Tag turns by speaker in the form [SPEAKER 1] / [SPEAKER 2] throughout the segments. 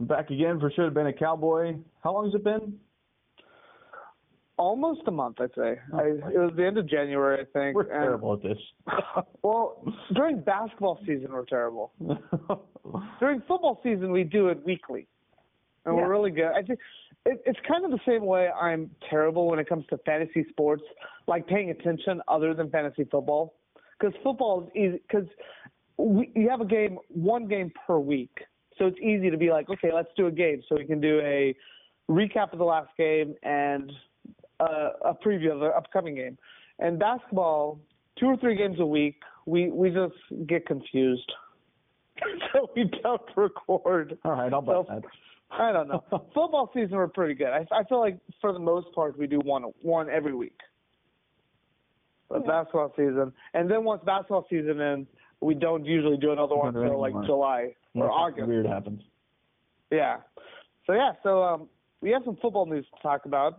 [SPEAKER 1] Back again for Should Have Been a Cowboy. How long has it been?
[SPEAKER 2] Almost a month, I'd say. I, it was the end of January, I think.
[SPEAKER 1] Oh, We're
[SPEAKER 2] and-
[SPEAKER 1] terrible at this.
[SPEAKER 2] Well, during basketball season, we're terrible. During football season, we do it weekly, and
[SPEAKER 1] Yeah.
[SPEAKER 2] we're really good. I think it, it's kind of the same way I'm terrible when it comes to fantasy sports, like paying attention other than fantasy football, because football is easy. Because you have a game, one game per week, so it's easy to be like, okay, let's do a game, so we can do a recap of the last game and uh, a preview of the upcoming game. And basketball, two or three games a week, we we just get confused, so we don't record.
[SPEAKER 1] All right, I'll buy
[SPEAKER 2] So-
[SPEAKER 1] that.
[SPEAKER 2] I don't know. Football season, we're pretty good. I, I feel like for the most part, we do one one every week. But basketball season, and then once basketball season ends, we don't usually do another one
[SPEAKER 1] Another
[SPEAKER 2] until like
[SPEAKER 1] anymore.
[SPEAKER 2] July or
[SPEAKER 1] Nothing
[SPEAKER 2] August.
[SPEAKER 1] Weird happens.
[SPEAKER 2] Yeah. So yeah, so um, we have some football news to talk about,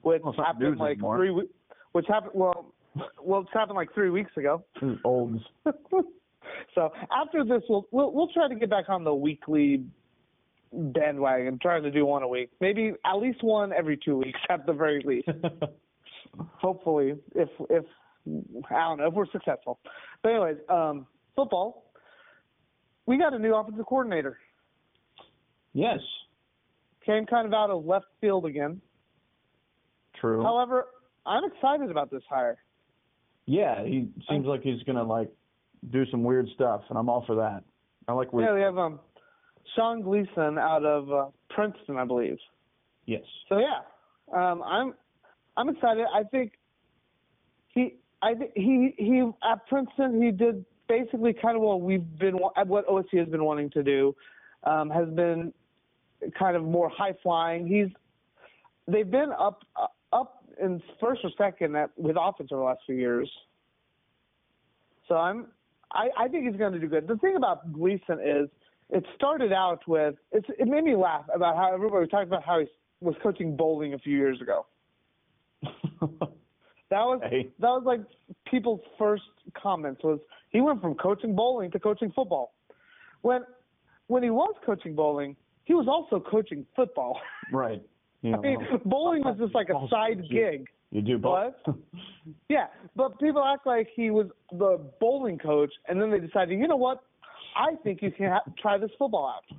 [SPEAKER 2] which
[SPEAKER 1] Well, it's not
[SPEAKER 2] happened
[SPEAKER 1] news
[SPEAKER 2] like
[SPEAKER 1] anymore.
[SPEAKER 2] three, we- which happened well, well, it's happened like three weeks ago.
[SPEAKER 1] This is old.
[SPEAKER 2] so after this, we'll, we'll we'll try to get back on the weekly bandwagon, trying to do one a week, maybe at least one every two weeks at the very least. Hopefully, if if I don't know if we're successful. But anyways, um, football. We got a new offensive coordinator.
[SPEAKER 1] yes,
[SPEAKER 2] Came kind of out of left field again.
[SPEAKER 1] true.
[SPEAKER 2] However, I'm excited about this hire.
[SPEAKER 1] yeah, he seems like he's gonna like do some weird stuff, and I'm all for that. I like weird.
[SPEAKER 2] Yeah, we have um, Sean Gleason out of uh, Princeton, I believe.
[SPEAKER 1] Yes.
[SPEAKER 2] So yeah, um, I'm I'm excited. I think he I thi- he he at Princeton he did basically kind of what we've been wa- what OSU has been wanting to do um, has been kind of more high flying. He's they've been up uh, up in first or second at, with offense over the last few years. So I'm I, I think he's going to do good. The thing about Gleason is it started out with it's, it made me laugh about how everybody talked about how he was coaching bowling a few years ago. That was
[SPEAKER 1] Hey.
[SPEAKER 2] that was like people's first comments was he went from coaching bowling to coaching football. When when he was coaching bowling, he was also coaching football.
[SPEAKER 1] right. You,
[SPEAKER 2] I mean,
[SPEAKER 1] know,
[SPEAKER 2] bowling was just like a
[SPEAKER 1] Bowl's
[SPEAKER 2] side
[SPEAKER 1] cute.
[SPEAKER 2] gig.
[SPEAKER 1] you do both.
[SPEAKER 2] Yeah, but people act like he was the bowling coach, and then they decided, you know what? I think you can ha- try this football out.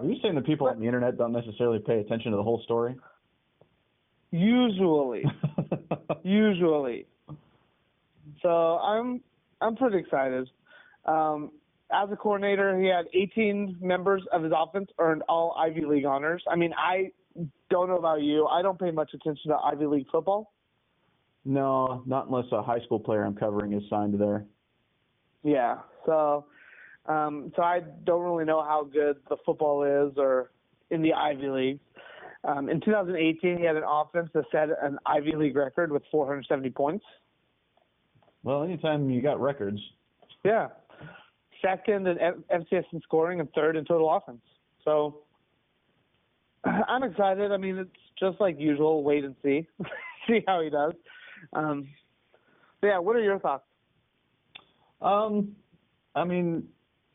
[SPEAKER 1] Are you saying the people on the internet don't necessarily pay attention to the whole story?
[SPEAKER 2] usually, usually. So I'm I'm pretty excited. Um, as a coordinator, he had 18 members of his offense earned all Ivy League honors. I mean, I don't know about you. I don't pay much attention to Ivy League football.
[SPEAKER 1] no, not unless a high school player I'm covering is signed there.
[SPEAKER 2] Yeah. So, um, so I don't really know how good the football is or in the Ivy League. Um, in 2018, he had an offense that set an Ivy League record with 470 points.
[SPEAKER 1] Well, anytime you got records,
[SPEAKER 2] Yeah. Second in F- FCS in scoring and third in total offense. So I'm excited. I mean, it's just like usual, wait and see, see how he does. Um, but yeah, what are your thoughts?
[SPEAKER 1] Um, I mean,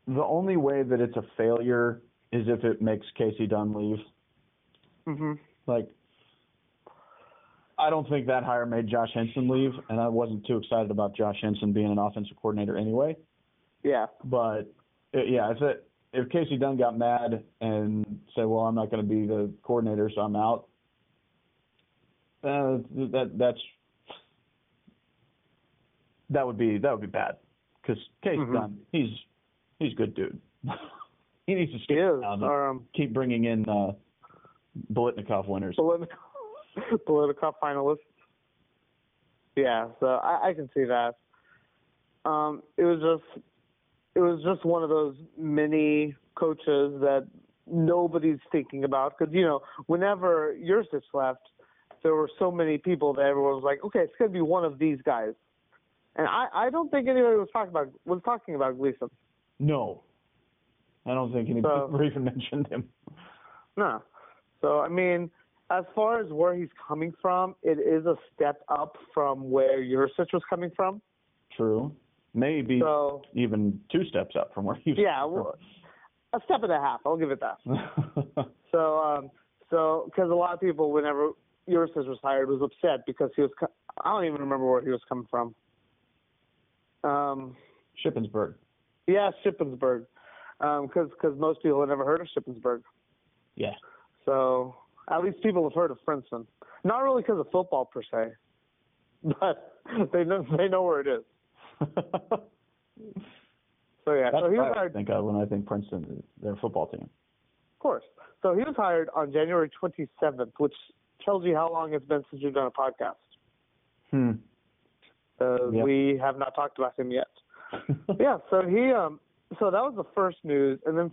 [SPEAKER 1] the only way that it's a failure is if it makes Casey Dunn leave.
[SPEAKER 2] Mm-hmm.
[SPEAKER 1] Like, I don't think that hire made Josh Henson leave, and I wasn't too excited about Josh Henson being an offensive coordinator anyway.
[SPEAKER 2] Yeah.
[SPEAKER 1] But uh, yeah, if it, if Casey Dunn got mad and said, "Well, I'm not going to be the coordinator, so I'm out," uh, that that's that would be that would be bad because Casey
[SPEAKER 2] Mhm.
[SPEAKER 1] Dunn, he's he's a good dude. he needs to
[SPEAKER 2] He
[SPEAKER 1] stay
[SPEAKER 2] is.
[SPEAKER 1] down and
[SPEAKER 2] Or, um,
[SPEAKER 1] keep bringing in uh, Bolitnikov winners.
[SPEAKER 2] Political, political finalist. Yeah, so I, I can see that. Um, it was just, it was just one of those mini coaches that nobody's thinking about because you know whenever Yurcich left, there were so many people that everyone was like, okay, it's gonna be one of these guys, and I, I don't think anybody was talking about was talking about Gleason.
[SPEAKER 1] No, I don't think anybody
[SPEAKER 2] So-
[SPEAKER 1] even mentioned him.
[SPEAKER 2] No. So I mean, as far as where he's coming from, it is a step up from where Yursich was coming from.
[SPEAKER 1] True, maybe
[SPEAKER 2] So
[SPEAKER 1] even two steps up from where he was.
[SPEAKER 2] yeah, well, a step and a half. I'll give it that. So, um, so because a lot of people, whenever Ulysses was hired, was upset because he was. Co- I don't even remember where he was coming from. Um,
[SPEAKER 1] Shippensburg.
[SPEAKER 2] yeah, Shippensburg, because because most people had never heard of Shippensburg.
[SPEAKER 1] Yeah.
[SPEAKER 2] So at least people have heard of Princeton. Not really because of football per se, but they know they know where it is.
[SPEAKER 1] That's
[SPEAKER 2] So yeah, so he was
[SPEAKER 1] what I
[SPEAKER 2] hired, of
[SPEAKER 1] think of when I think Princeton, their football team.
[SPEAKER 2] course. So he was hired on January 27th, which tells you how long it's been since we've done a podcast.
[SPEAKER 1] Hmm.
[SPEAKER 2] Uh,
[SPEAKER 1] Yep.
[SPEAKER 2] We have not talked about him yet. Yeah, so he um so that was the first news and then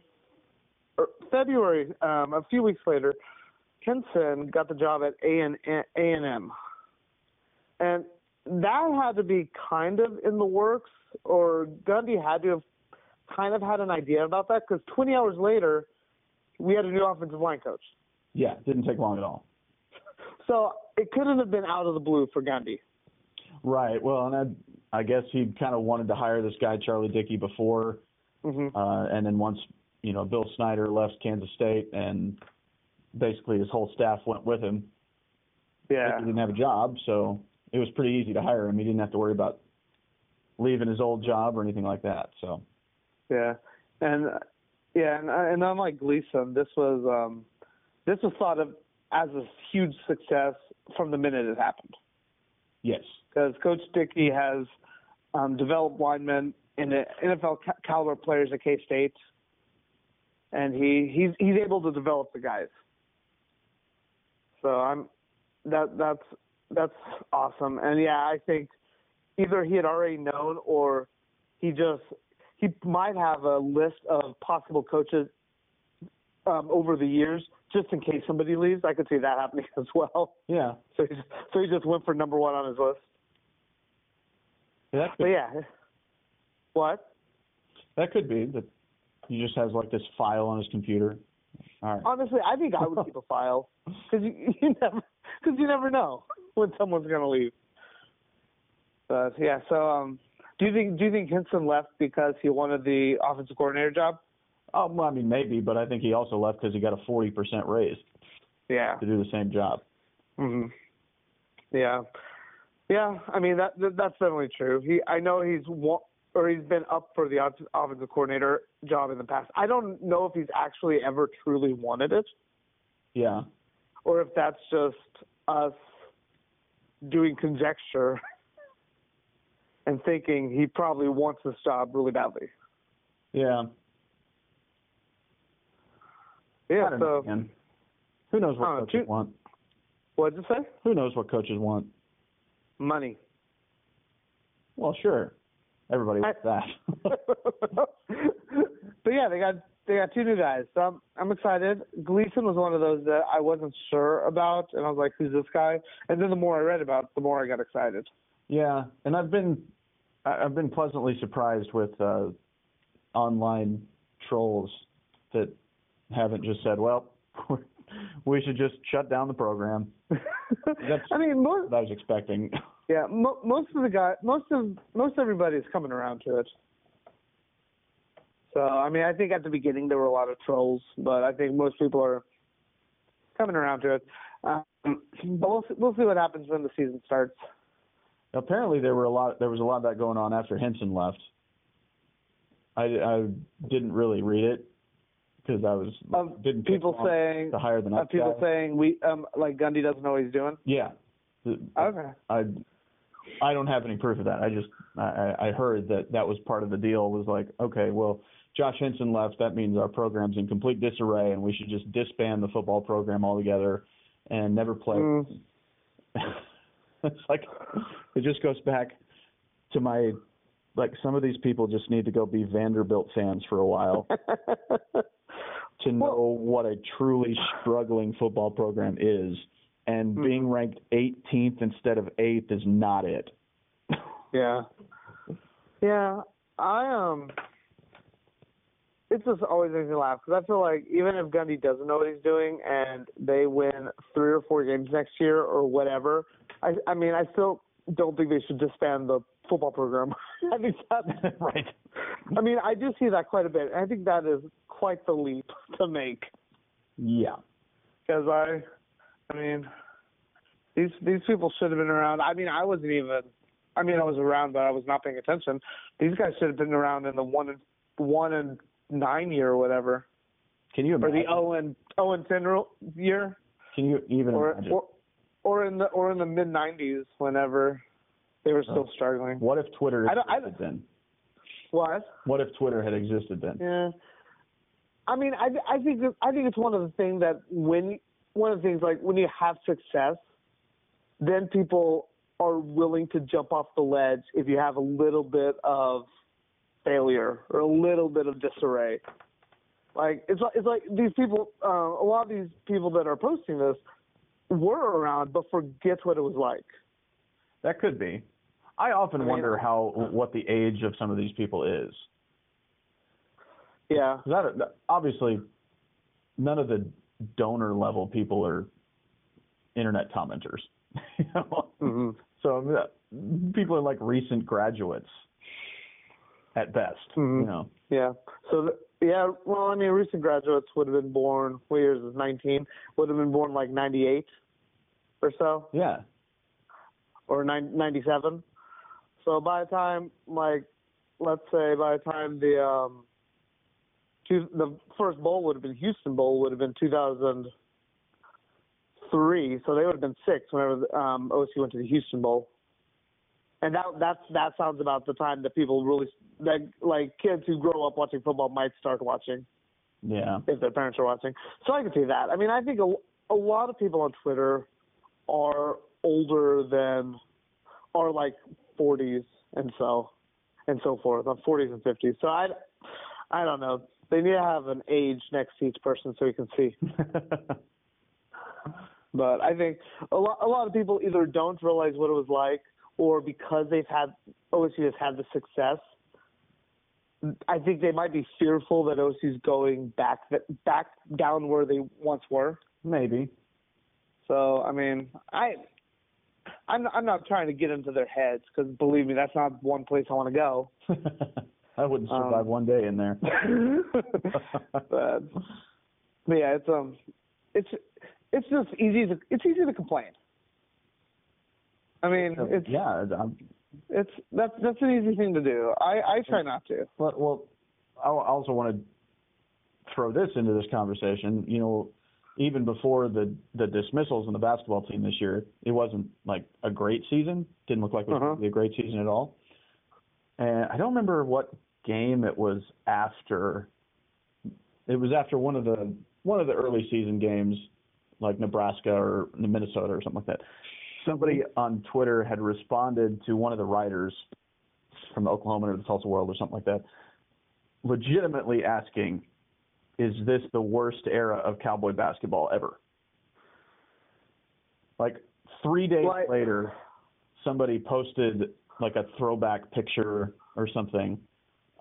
[SPEAKER 2] er, February um a few weeks later Henson got the job at A&M A&M. And that had to be kind of in the works or Gundy had to have kind of had an idea about that cuz 20 hours later we had a new offensive line coach.
[SPEAKER 1] yeah, didn't take long at all.
[SPEAKER 2] So it couldn't have been out of the blue for Gundy.
[SPEAKER 1] Right. Well, and I, I guess he kind of wanted to hire this guy Charlie Dickey before,
[SPEAKER 2] hmm
[SPEAKER 1] uh, and then once you know Bill Snyder left Kansas State, and basically his whole staff went with him. He
[SPEAKER 2] Yeah.
[SPEAKER 1] didn't have a job, so it was pretty easy to hire him. He didn't have to worry about leaving his old job or anything like that. So
[SPEAKER 2] Yeah, and uh, yeah, and uh, and unlike Gleason, this was um, this was thought of as a huge success from the minute it happened
[SPEAKER 1] yes,
[SPEAKER 2] because Coach Dickey has um, developed linemen in the NFL ca- caliber players at K State, and he he's he's able to develop the guys. So I'm that that's that's awesome, and yeah, I think either he had already known or he just he might have a list of possible coaches um, over the years just in case somebody leaves. I could see that happening as well.
[SPEAKER 1] yeah,
[SPEAKER 2] So he just, so he just went for number one on his list.
[SPEAKER 1] Yeah, that
[SPEAKER 2] But
[SPEAKER 1] could,
[SPEAKER 2] yeah. What?
[SPEAKER 1] that could be that he just has like this file on his computer. All right.
[SPEAKER 2] Honestly, I think I would keep a file because you, you never because you never know when someone's gonna leave. But yeah, so um, do you think do you think Henson left because he wanted the offensive coordinator job?
[SPEAKER 1] Oh, well, I mean, maybe, but I think he also left because he got a 40% raise
[SPEAKER 2] Yeah.
[SPEAKER 1] to do the same job.
[SPEAKER 2] hmm Yeah. Yeah. I mean that, that that's definitely true. He I know he's wa- or he's been up for the off- offensive coordinator job in the past. I don't know if he's actually ever truly wanted it.
[SPEAKER 1] Yeah.
[SPEAKER 2] or if that's just us doing conjecture and thinking he probably wants this job really badly.
[SPEAKER 1] Yeah.
[SPEAKER 2] Yeah.
[SPEAKER 1] I don't know,
[SPEAKER 2] So
[SPEAKER 1] man. Who knows what
[SPEAKER 2] I don't know,
[SPEAKER 1] coaches
[SPEAKER 2] two-
[SPEAKER 1] want?
[SPEAKER 2] what'd you say?
[SPEAKER 1] Who knows what coaches want?
[SPEAKER 2] Money.
[SPEAKER 1] Well, sure. Everybody wants that.
[SPEAKER 2] but yeah, they got they got two new guys. So I'm I'm excited. Gleason was one of those that I wasn't sure about, and I was like, who's this guy? And then the more I read about, it, the more I got excited.
[SPEAKER 1] yeah. And I've been, I- I've been pleasantly surprised with uh, online trolls that haven't just said, well, we should just shut down the program.
[SPEAKER 2] I mean, most
[SPEAKER 1] That I was expecting.
[SPEAKER 2] Yeah, mo- most of the guy, most of most everybody's coming around to it. So I mean, I think at the beginning there were a lot of trolls, but I think most people are coming around to it. Um, but we'll see, we'll see what happens when the season starts.
[SPEAKER 1] apparently there were a lot there was a lot of that going on after Henson left. I, I didn't really read it because I was
[SPEAKER 2] Um,
[SPEAKER 1] didn't take
[SPEAKER 2] people
[SPEAKER 1] long
[SPEAKER 2] saying,
[SPEAKER 1] to hire the
[SPEAKER 2] uh,
[SPEAKER 1] next
[SPEAKER 2] people
[SPEAKER 1] guy.
[SPEAKER 2] saying we um like Gundy doesn't know what he's doing. Uh,
[SPEAKER 1] yeah, The-
[SPEAKER 2] Okay.
[SPEAKER 1] I I don't have any proof of that. I just I- I, I heard that that was part of the deal was like okay well Josh Henson left that means our program's in complete disarray and we should just disband the football program altogether and never play
[SPEAKER 2] Mm,
[SPEAKER 1] it's like it just goes back to my like some of these people just need to go be Vanderbilt fans for a while to know what a truly struggling football program is. And being ranked 18th instead of 8th is not it.
[SPEAKER 2] yeah. Yeah, I um. It just always makes me laugh because I feel like even if Gundy doesn't know what he's doing and they win three or four games next year or whatever, I I mean I still don't think they should disband the football program. I think that
[SPEAKER 1] right.
[SPEAKER 2] I mean I do see that quite a bit. and I think that is quite the leap to make
[SPEAKER 1] Yeah.
[SPEAKER 2] because I, I mean, these these people should have been around. I mean, I wasn't even. I mean, I was around, but I was not paying attention. These guys should have been around in the one and one and nine year or whatever,
[SPEAKER 1] Can you
[SPEAKER 2] or
[SPEAKER 1] imagine?
[SPEAKER 2] the O and O and ten ro- year,
[SPEAKER 1] Can you even
[SPEAKER 2] or
[SPEAKER 1] imagine?
[SPEAKER 2] or or in the or in the mid nineties whenever they were still struggling.
[SPEAKER 1] what if Twitter
[SPEAKER 2] I don't- I don't-
[SPEAKER 1] existed then?
[SPEAKER 2] What?
[SPEAKER 1] What if Twitter had existed then?
[SPEAKER 2] Yeah. I mean, I I think that- I think it's one of the things that when one of the things like when you have success, then people are willing to jump off the ledge if you have a little bit of failure or a little bit of disarray. Like it's like it's like these people, uh, a lot of these people that are posting this were around but forget what it was like.
[SPEAKER 1] That could be. I uh, often
[SPEAKER 2] I mean-
[SPEAKER 1] wonder how what the age of some of these people is.
[SPEAKER 2] Yeah.
[SPEAKER 1] 'Cause I don't- obviously, none of the donor level people are internet commenters. you know?
[SPEAKER 2] Mm-hmm.
[SPEAKER 1] So I mean, that- people are like recent graduates at best.
[SPEAKER 2] Mhm.
[SPEAKER 1] You know,
[SPEAKER 2] Yeah. So th- yeah, well, I mean, recent graduates would have been born. What year is this? Nineteen. Would have been born like ninety-eight or so,
[SPEAKER 1] yeah.
[SPEAKER 2] or nine- ninety-seven. So by the time, like, let's say by the time the um, two, the first bowl would have been Houston Bowl would have been two thousand three. So they would have been six whenever um, OSU went to the Houston Bowl. And that that's that sounds about the time that people really that like kids who grow up watching football might start watching
[SPEAKER 1] Yeah.
[SPEAKER 2] if their parents are watching. So I can see that. I mean, I think a, a lot of people on Twitter are older than are like 40s and so and so forth, on 40s and 50s. So I I don't know. They need to have an age next to each person so we can see. But I think a lot a lot of people either don't realize what it was like or because they've had OSU has had the success I think they might be fearful that OC's going back back down where they once were.
[SPEAKER 1] Maybe.
[SPEAKER 2] So I mean, I I'm I'm not trying to get into their heads because believe me, that's not one place I want to go.
[SPEAKER 1] I wouldn't survive
[SPEAKER 2] Um,
[SPEAKER 1] one day in there.
[SPEAKER 2] but, but yeah, it's um, it's it's just easy to it's easy to complain. I mean, it's
[SPEAKER 1] Oh, yeah. I'm,
[SPEAKER 2] it's that's that's an easy thing to do. I I try not to.
[SPEAKER 1] Well, well, I I also want to throw this into this conversation. You know, even before the the dismissals in the basketball team this year, it wasn't like a great season. Didn't look like it was
[SPEAKER 2] Uh-huh.
[SPEAKER 1] gonna be a great season at all. And I don't remember what game it was after. It was after one of the one of the early season games, like Nebraska or Minnesota or something like that. Somebody on Twitter had responded to one of the writers from the Oklahoma or the Tulsa World or something like that, legitimately asking, "Is this the worst era of cowboy basketball ever?" Like three days
[SPEAKER 2] Well, I-
[SPEAKER 1] later, somebody posted like a throwback picture or something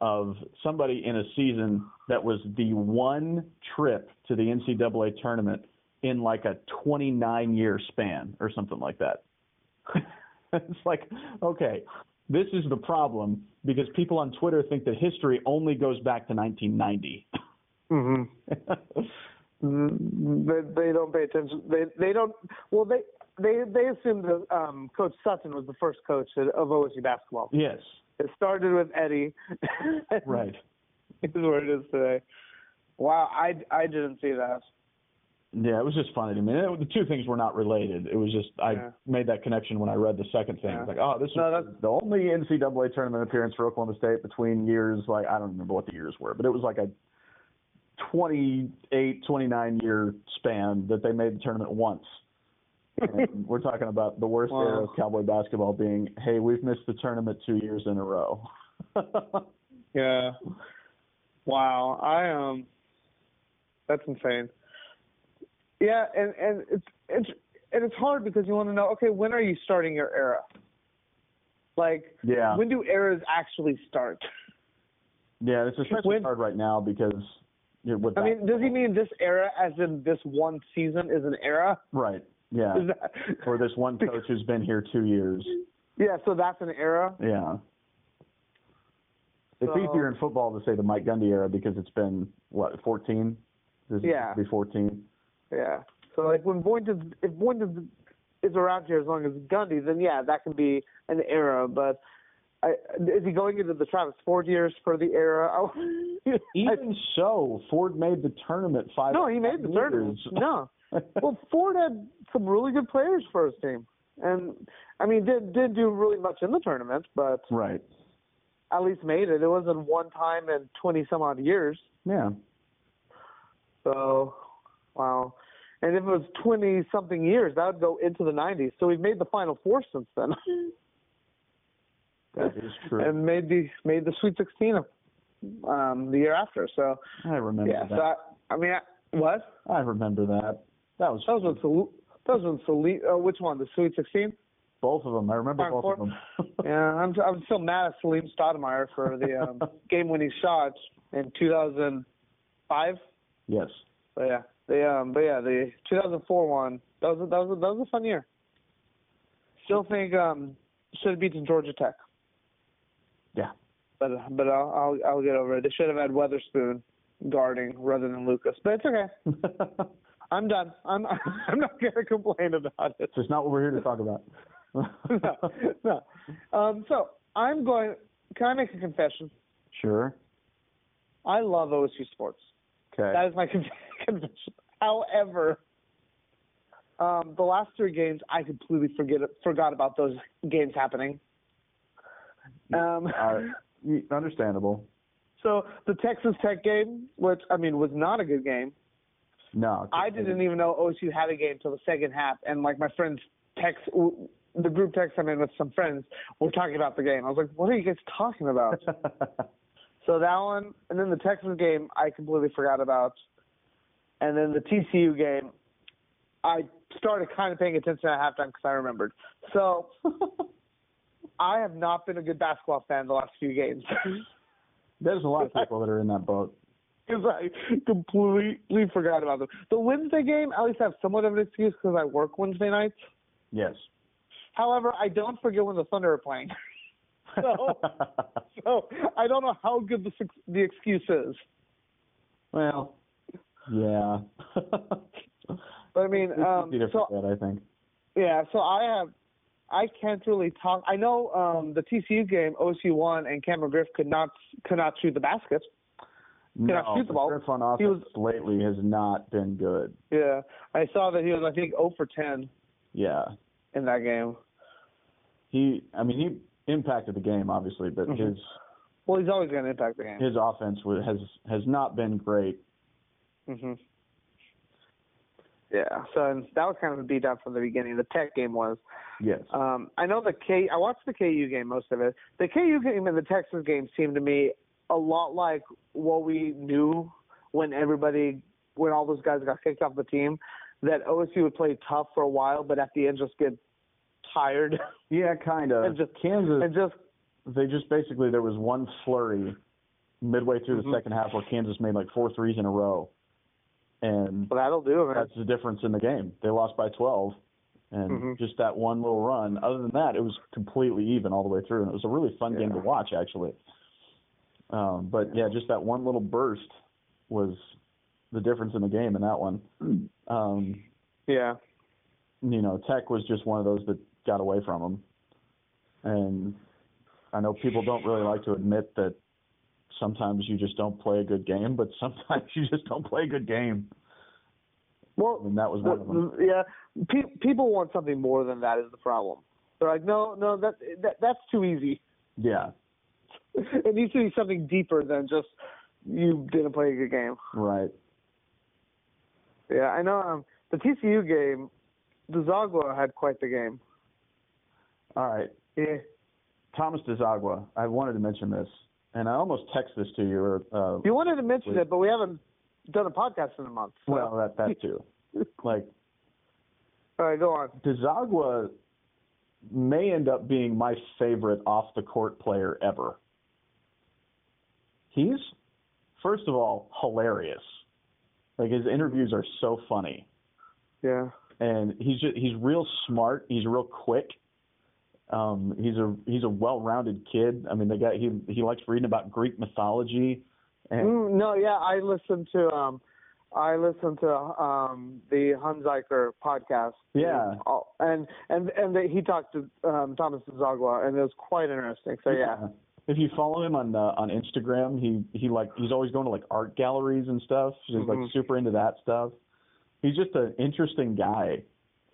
[SPEAKER 1] of somebody in a season that was the one trip to the NCAA tournament in like a 29 year span or something like that. it's like, okay, this is the problem because people on Twitter think that history only goes back to 1990.
[SPEAKER 2] Mm-hmm. they, Mm-hmm. they don't pay attention. They they don't. Well, they they they assumed that um, Coach Sutton was the first coach at- of OSU basketball.
[SPEAKER 1] yes,
[SPEAKER 2] It started with Eddie.
[SPEAKER 1] right.
[SPEAKER 2] is where it is today. Wow, I I didn't see that.
[SPEAKER 1] Yeah, it was just funny to me. It- the two things were not related. It was just I
[SPEAKER 2] Yeah.
[SPEAKER 1] made that connection when I read the second thing.
[SPEAKER 2] Yeah.
[SPEAKER 1] It's like, oh, this is
[SPEAKER 2] No, that's-
[SPEAKER 1] the only NCAA tournament appearance for Oklahoma State between years like I don't remember what the years were, but it was like a 28, 29 year span that they made the tournament once. And we're talking about the worst
[SPEAKER 2] Wow.
[SPEAKER 1] era of cowboy basketball being, hey, we've missed the tournament two years in a row.
[SPEAKER 2] Yeah. Wow, I um, that's insane. Yeah, and and it's it's and it's hard because you want to know. Okay, when are you starting your era? Like,
[SPEAKER 1] yeah.
[SPEAKER 2] when do eras actually start?
[SPEAKER 1] yeah, it's especially
[SPEAKER 2] when-
[SPEAKER 1] hard right now because you know, with
[SPEAKER 2] I
[SPEAKER 1] that-
[SPEAKER 2] mean, does he mean this era as in this one season is an era?
[SPEAKER 1] right. Yeah.
[SPEAKER 2] Is that,
[SPEAKER 1] or this one coach who's been here two years.
[SPEAKER 2] yeah, so that's an era.
[SPEAKER 1] Yeah. It's
[SPEAKER 2] So-
[SPEAKER 1] easier in football to say the Mike Gundy era because it's been what 14. This is
[SPEAKER 2] Yeah.
[SPEAKER 1] be 14.
[SPEAKER 2] Yeah. So like when Boynton, if Boynton is around here as long as Gundy, then yeah, that can be an era. But I, is he going into the Travis Ford years for the era? Oh,
[SPEAKER 1] Even so, Ford made the tournament five.
[SPEAKER 2] no, he made the tournament.
[SPEAKER 1] years.
[SPEAKER 2] No. Well, Ford had some really good players for his team, and I mean, did did do really much in the tournament, but
[SPEAKER 1] right.
[SPEAKER 2] at least made it. It wasn't one time in twenty some odd years.
[SPEAKER 1] Yeah.
[SPEAKER 2] So, wow. And if it was 20 something years, that would go into the 90s. So we've made the Final Four since then.
[SPEAKER 1] That is true.
[SPEAKER 2] and made the made the Sweet 16 um, the year after. So,
[SPEAKER 1] I remember
[SPEAKER 2] yeah.
[SPEAKER 1] that.
[SPEAKER 2] So, I, I mean, I, what?
[SPEAKER 1] I remember that. That was
[SPEAKER 2] That was when Sol- that was when Soli- uh, which one? The Sweet 16?
[SPEAKER 1] both of them. I remember
[SPEAKER 2] Final
[SPEAKER 1] both of
[SPEAKER 2] Four?
[SPEAKER 1] them.
[SPEAKER 2] Yeah, I'm I'm still mad at Salim Stoudemire for the um, game-winning shot in 2005.
[SPEAKER 1] yes.
[SPEAKER 2] But yeah, the um, but yeah, the 2004 one. That was a, that was a, that was a fun year. Still think um should have beaten Georgia Tech,
[SPEAKER 1] Yeah.
[SPEAKER 2] but but I'll I'll, I'll get over it. They should have had Weatherspoon guarding rather than Lucas, but it's okay.
[SPEAKER 1] it's
[SPEAKER 2] I'm done. I'm I'm not gonna complain about it.
[SPEAKER 1] just not what we're here to talk about.
[SPEAKER 2] no, no. Um, so I'm going. Can I make a confession?
[SPEAKER 1] Sure.
[SPEAKER 2] I love OSU sports.
[SPEAKER 1] Okay.
[SPEAKER 2] That is my con- conviction. However, um, the last three games, I completely forget forgot about those games happening. Um,
[SPEAKER 1] All right. Y- Understandable.
[SPEAKER 2] So the Texas Tech game, which I mean was not a good game.
[SPEAKER 1] No.
[SPEAKER 2] I didn't even know OSU had a game till the second half, and like my friends text w- the group text I'm in with some friends were talking about the game. I was like, "What are you guys talking about?" So that one, and then the Texas game, I completely forgot about, and then the TCU game, I started kind of paying attention at halftime because I remembered. So I have not been a good basketball fan the last few games
[SPEAKER 1] There's a lot of people that are in that boat.
[SPEAKER 2] because I completely forgot about them. The Wednesday game, at least I have somewhat of an excuse because I work Wednesday nights.
[SPEAKER 1] Yes.
[SPEAKER 2] However, I don't forget when the Thunder are playing, So- so I don't know how good the six- the excuse is.
[SPEAKER 1] well, yeah.
[SPEAKER 2] But I mean,
[SPEAKER 1] It's
[SPEAKER 2] um,
[SPEAKER 1] easy to
[SPEAKER 2] so
[SPEAKER 1] forget, I think.
[SPEAKER 2] Yeah, so I have I can't really talk. I know um the TCU game OSU won and Cameron Griff could not could not shoot the basket.
[SPEAKER 1] No,
[SPEAKER 2] shoot the ball.
[SPEAKER 1] Griff on offense
[SPEAKER 2] He was-
[SPEAKER 1] lately has not been good.
[SPEAKER 2] Yeah, I saw that he was I think 0 for 10
[SPEAKER 1] Yeah.
[SPEAKER 2] in that game.
[SPEAKER 1] He I mean he impacted the game obviously, but
[SPEAKER 2] Mhm.
[SPEAKER 1] his
[SPEAKER 2] Well, he's always going to impact the game.
[SPEAKER 1] his offense was, has has not been great.
[SPEAKER 2] hmm Yeah, so and that was kind of a beat down from the beginning. The Tech game was.
[SPEAKER 1] Yes.
[SPEAKER 2] Um, I know the K. I watched the KU game most of it. The KU game and the Texas game seemed to me a lot like what we knew when everybody, when all those guys got kicked off the team, that OSU would play tough for a while, but at the end just get tired
[SPEAKER 1] yeah, kind of.
[SPEAKER 2] and just-
[SPEAKER 1] Kansas
[SPEAKER 2] and just
[SPEAKER 1] they just basically there was one flurry midway through
[SPEAKER 2] Mhm.
[SPEAKER 1] the second half where Kansas made like four threes in a row, and
[SPEAKER 2] well, that'll do, man.
[SPEAKER 1] that's the difference in the game. They lost by 12, and
[SPEAKER 2] Mhm.
[SPEAKER 1] just that one little run. Other than that, it was completely even all the way through, and it was a really fun game
[SPEAKER 2] Yeah.
[SPEAKER 1] to watch actually. Um, but yeah. just that one little burst was the difference in the game in that one.
[SPEAKER 2] Mm.
[SPEAKER 1] Um,
[SPEAKER 2] yeah,
[SPEAKER 1] you know, Tech was just one of those that got away from them. And I know people don't really like to admit that sometimes you just don't play a good game, but sometimes you just don't play a good game.
[SPEAKER 2] well, mm.
[SPEAKER 1] And that was one of them.
[SPEAKER 2] the- yeah. Pe- people want something more than that is the problem. They're like, no, no, that, that that's too easy.
[SPEAKER 1] Yeah,
[SPEAKER 2] it needs to be something deeper than just you didn't play a good game.
[SPEAKER 1] right.
[SPEAKER 2] Yeah, I know. Um, the TCU game, Dezagua had quite the game.
[SPEAKER 1] All right.
[SPEAKER 2] Yeah.
[SPEAKER 1] Thomas Desagua, I wanted to mention this, and I almost text this to you. Or, uh,
[SPEAKER 2] You wanted to mention it, but we haven't done a podcast in a month. so-
[SPEAKER 1] well, that, that too. Like,
[SPEAKER 2] all right, go on.
[SPEAKER 1] Desagua may end up being my favorite off the court player ever. He's, first of all, hilarious. Like his interviews are so funny,
[SPEAKER 2] Yeah.
[SPEAKER 1] and he's just, he's real smart. He's real quick, Um, he's a he's a well-rounded kid. I mean, the guy he he likes reading about Greek mythology, and
[SPEAKER 2] Mm, no, yeah, I listened to um, I listened to um the Hunziker podcast.
[SPEAKER 1] Yeah.
[SPEAKER 2] Oh, and and and they, he talked to um Thomas Zagwa, and it was quite interesting. So yeah,
[SPEAKER 1] If you follow him on uh, on Instagram, he he like he's always going to like art galleries and stuff. He's like
[SPEAKER 2] Mhm.
[SPEAKER 1] super into that stuff. He's just an interesting guy,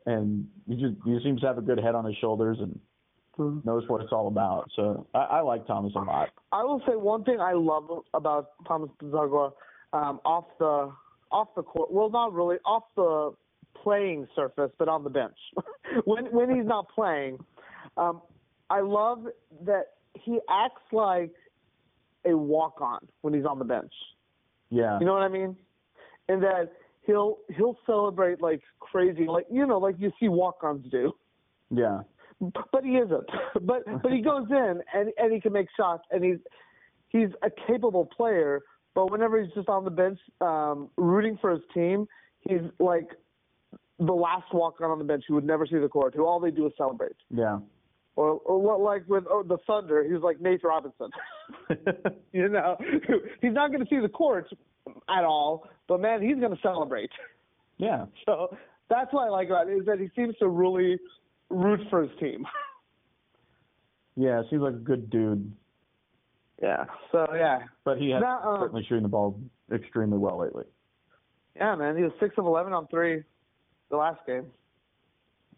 [SPEAKER 1] and he just he seems to have a good head on his shoulders and
[SPEAKER 2] Mhm.
[SPEAKER 1] knows what it's all about. So I, I like Thomas a lot.
[SPEAKER 2] I will say one thing I love about Thomas Zagwa, um, off the off the court. Well, not really off the playing surface, but on the bench when when he's not playing. Um, I love that he acts like a walk on when he's on the bench.
[SPEAKER 1] Yeah,
[SPEAKER 2] You know what I mean? And that he'll he'll celebrate like crazy, like you know, like you see walk-ons do.
[SPEAKER 1] yeah,
[SPEAKER 2] But he isn't. But but he goes in and and he can make shots and he's he's a capable player. But whenever he's just on the bench um, rooting for his team, he's like the last walk-on on the bench who would never see the court, who all they do is celebrate.
[SPEAKER 1] yeah.
[SPEAKER 2] Or, or what- like with oh, the Thunder, he was like Nate Robinson. you know, he's not going to see the court at all, but man, he's going to celebrate.
[SPEAKER 1] yeah,
[SPEAKER 2] So that's what I like about it is that he seems to really root for his team.
[SPEAKER 1] yeah. Seems like a good dude,
[SPEAKER 2] Yeah. So yeah,
[SPEAKER 1] but he has
[SPEAKER 2] Now, um,
[SPEAKER 1] certainly shooting the ball extremely well lately.
[SPEAKER 2] yeah, man, he was six of eleven on three, the last game,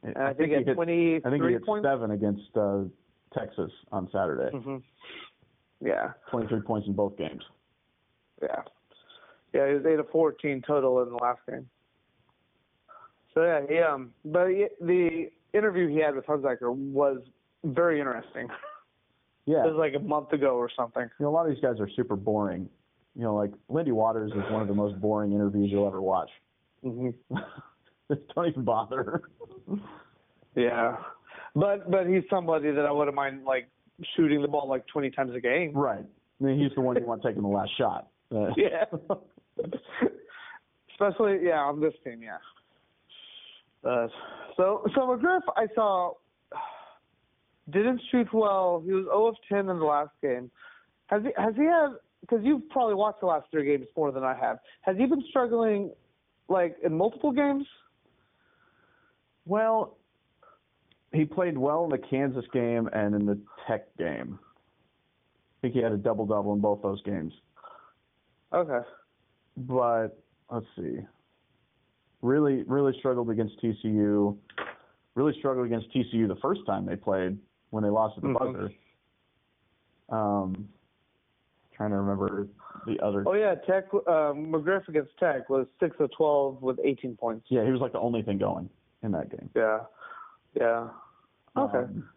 [SPEAKER 2] and I,
[SPEAKER 1] he
[SPEAKER 2] think, he had
[SPEAKER 1] hit-
[SPEAKER 2] twenty
[SPEAKER 1] I think he
[SPEAKER 2] three
[SPEAKER 1] hit
[SPEAKER 2] points.
[SPEAKER 1] seven against uh, Texas on Saturday.
[SPEAKER 2] Mhm. Yeah,
[SPEAKER 1] Twenty-three points in both games.
[SPEAKER 2] yeah, yeah. He was eight of fourteen total in the last game. So yeah, he um, but he, the interview he had with Hunziker was very interesting.
[SPEAKER 1] Yeah,
[SPEAKER 2] It was like a month ago or something.
[SPEAKER 1] you know, a lot of these guys are super boring. You know, like Lindy Waters is one of the most boring interviews you'll ever watch. Mm-hmm.
[SPEAKER 2] hmm
[SPEAKER 1] Just don't even bother.
[SPEAKER 2] Yeah, but but he's somebody that I wouldn't mind like shooting the ball like 20 times a game.
[SPEAKER 1] Right. I mean, he's the one you want taking the last shot. Uh,
[SPEAKER 2] Yeah, especially yeah on this team. Yeah. But so so McGriff, I saw didn't shoot well. He was 0 of 10 in the last game. Has he has he had? Because you've probably watched the last three games more than I have. Has he been struggling, like in multiple games?
[SPEAKER 1] Well, he played well in the Kansas game and in the Tech game. I think he had a double double in both those games.
[SPEAKER 2] Okay.
[SPEAKER 1] but let's see. Really, really struggled against TCU. Really struggled against TCU the first time they played when they lost at the
[SPEAKER 2] Mhm.
[SPEAKER 1] buzzer. Um, trying to remember the other.
[SPEAKER 2] Oh yeah, Tech um, McGriff against Tech was six of twelve with eighteen points.
[SPEAKER 1] Yeah, he was like the only thing going in that game.
[SPEAKER 2] Yeah, yeah. Okay.
[SPEAKER 1] Um,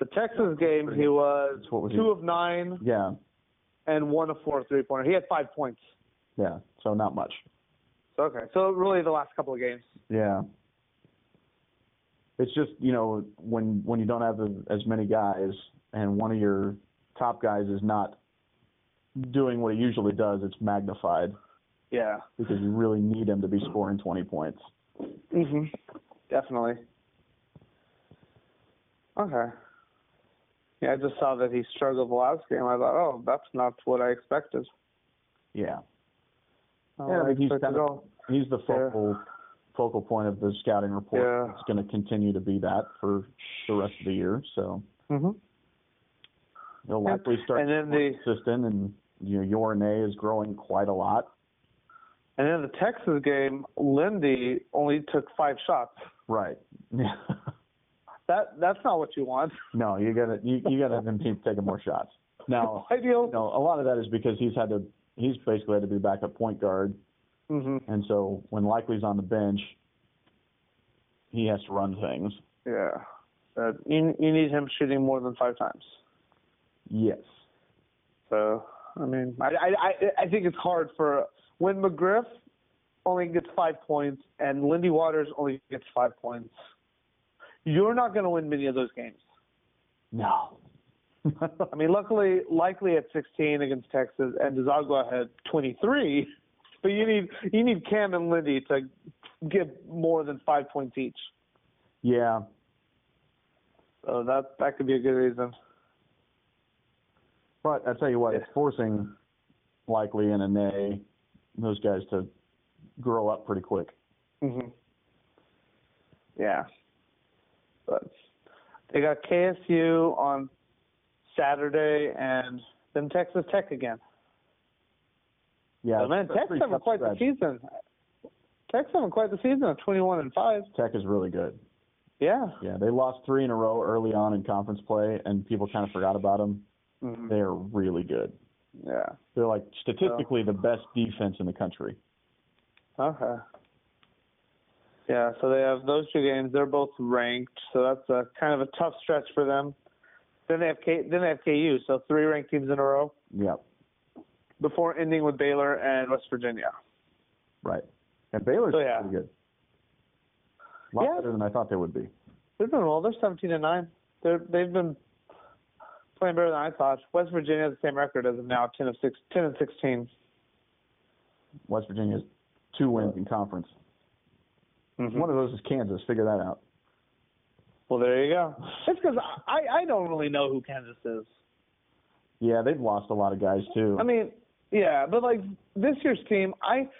[SPEAKER 2] the Texas game, he was
[SPEAKER 1] That's what was
[SPEAKER 2] two
[SPEAKER 1] he-
[SPEAKER 2] of nine
[SPEAKER 1] Um, yeah,
[SPEAKER 2] and one of four three pointer. He had five points.
[SPEAKER 1] yeah. So not much.
[SPEAKER 2] So okay, so really the last couple of games.
[SPEAKER 1] Yeah. It's just you know when when you don't have a, as many guys and one of your top guys is not doing what he usually does, it's magnified
[SPEAKER 2] Yeah.
[SPEAKER 1] because you really need him to be scoring 20 points.
[SPEAKER 2] Mhm. Definitely. Okay. Yeah, I just saw that he struggled the last game. I thought, oh, that's not what I expected.
[SPEAKER 1] Yeah,
[SPEAKER 2] Oh,
[SPEAKER 1] Yeah,
[SPEAKER 2] I
[SPEAKER 1] but he's
[SPEAKER 2] expected
[SPEAKER 1] kinda-
[SPEAKER 2] all-
[SPEAKER 1] he's the focal focal point of the scouting report.
[SPEAKER 2] Yeah.
[SPEAKER 1] It's going to continue to be that for the rest of the year. So
[SPEAKER 2] Mhm.
[SPEAKER 1] he'll likely start
[SPEAKER 2] And then the
[SPEAKER 1] consistent, and you know Yorane is growing quite a lot.
[SPEAKER 2] And in the Texas game, Lindy only took five shots.
[SPEAKER 1] Right. Yeah.
[SPEAKER 2] That that's not what you want.
[SPEAKER 1] no, you got to you, you got to have him keep taking more shots. Now,
[SPEAKER 2] Ideal.
[SPEAKER 1] you know, a lot of that is because he's had to he's basically had to be the backup point guard,
[SPEAKER 2] hmm
[SPEAKER 1] and so when Likely's on the bench, he has to run things.
[SPEAKER 2] Yeah. Uh, But you you need him shooting more than five times.
[SPEAKER 1] Yes.
[SPEAKER 2] So I mean, I I I, I think it's hard for when McGriff only gets five points and Lindy Waters only gets five points. You're not going to win many of those games.
[SPEAKER 1] No.
[SPEAKER 2] I mean, luckily, likely at 16 against Texas, and Zagua had 23. But you need you need Cam and Lindy to give more than five points each.
[SPEAKER 1] yeah.
[SPEAKER 2] So that that could be a good reason.
[SPEAKER 1] But I tell you what, it's forcing likely and Ane those guys to grow up pretty quick.
[SPEAKER 2] hmm Yeah. But they got KSU on Saturday and then Texas Tech again.
[SPEAKER 1] Yeah,
[SPEAKER 2] oh, man,
[SPEAKER 1] that's a
[SPEAKER 2] Tech's
[SPEAKER 1] pretty
[SPEAKER 2] having
[SPEAKER 1] tough
[SPEAKER 2] quite the
[SPEAKER 1] stretch.
[SPEAKER 2] season. Tech's having quite the season at 21 and 5.
[SPEAKER 1] Tech is really good.
[SPEAKER 2] Yeah.
[SPEAKER 1] Yeah, they lost three in a row early on in conference play, and people kind of forgot about them.
[SPEAKER 2] Mhm.
[SPEAKER 1] They're really good.
[SPEAKER 2] Yeah.
[SPEAKER 1] They're like statistically the best defense in the country.
[SPEAKER 2] Okay. Yeah, so they have those two games. They're both ranked, so that's a kind of a tough stretch for them. Then they have K, then they have KU, so three ranked teams in a row
[SPEAKER 1] Yeah,
[SPEAKER 2] before ending with Baylor and West Virginia.
[SPEAKER 1] right. And Baylor's
[SPEAKER 2] So, yeah.
[SPEAKER 1] pretty good. A lot
[SPEAKER 2] Yeah.
[SPEAKER 1] better than I thought they would be.
[SPEAKER 2] They're doing well. They're 17 and nine. They're they've been playing better than I thought. West Virginia has the same record as of now, 10 of six, 10 and 16.
[SPEAKER 1] West Virginia's two wins in conference.
[SPEAKER 2] Mhm.
[SPEAKER 1] One of those is Kansas. Figure that out.
[SPEAKER 2] Well, there you go. It's because I I don't really know who Kansas is.
[SPEAKER 1] Yeah, they've lost a lot of guys too.
[SPEAKER 2] I mean, yeah, but like this year's team, I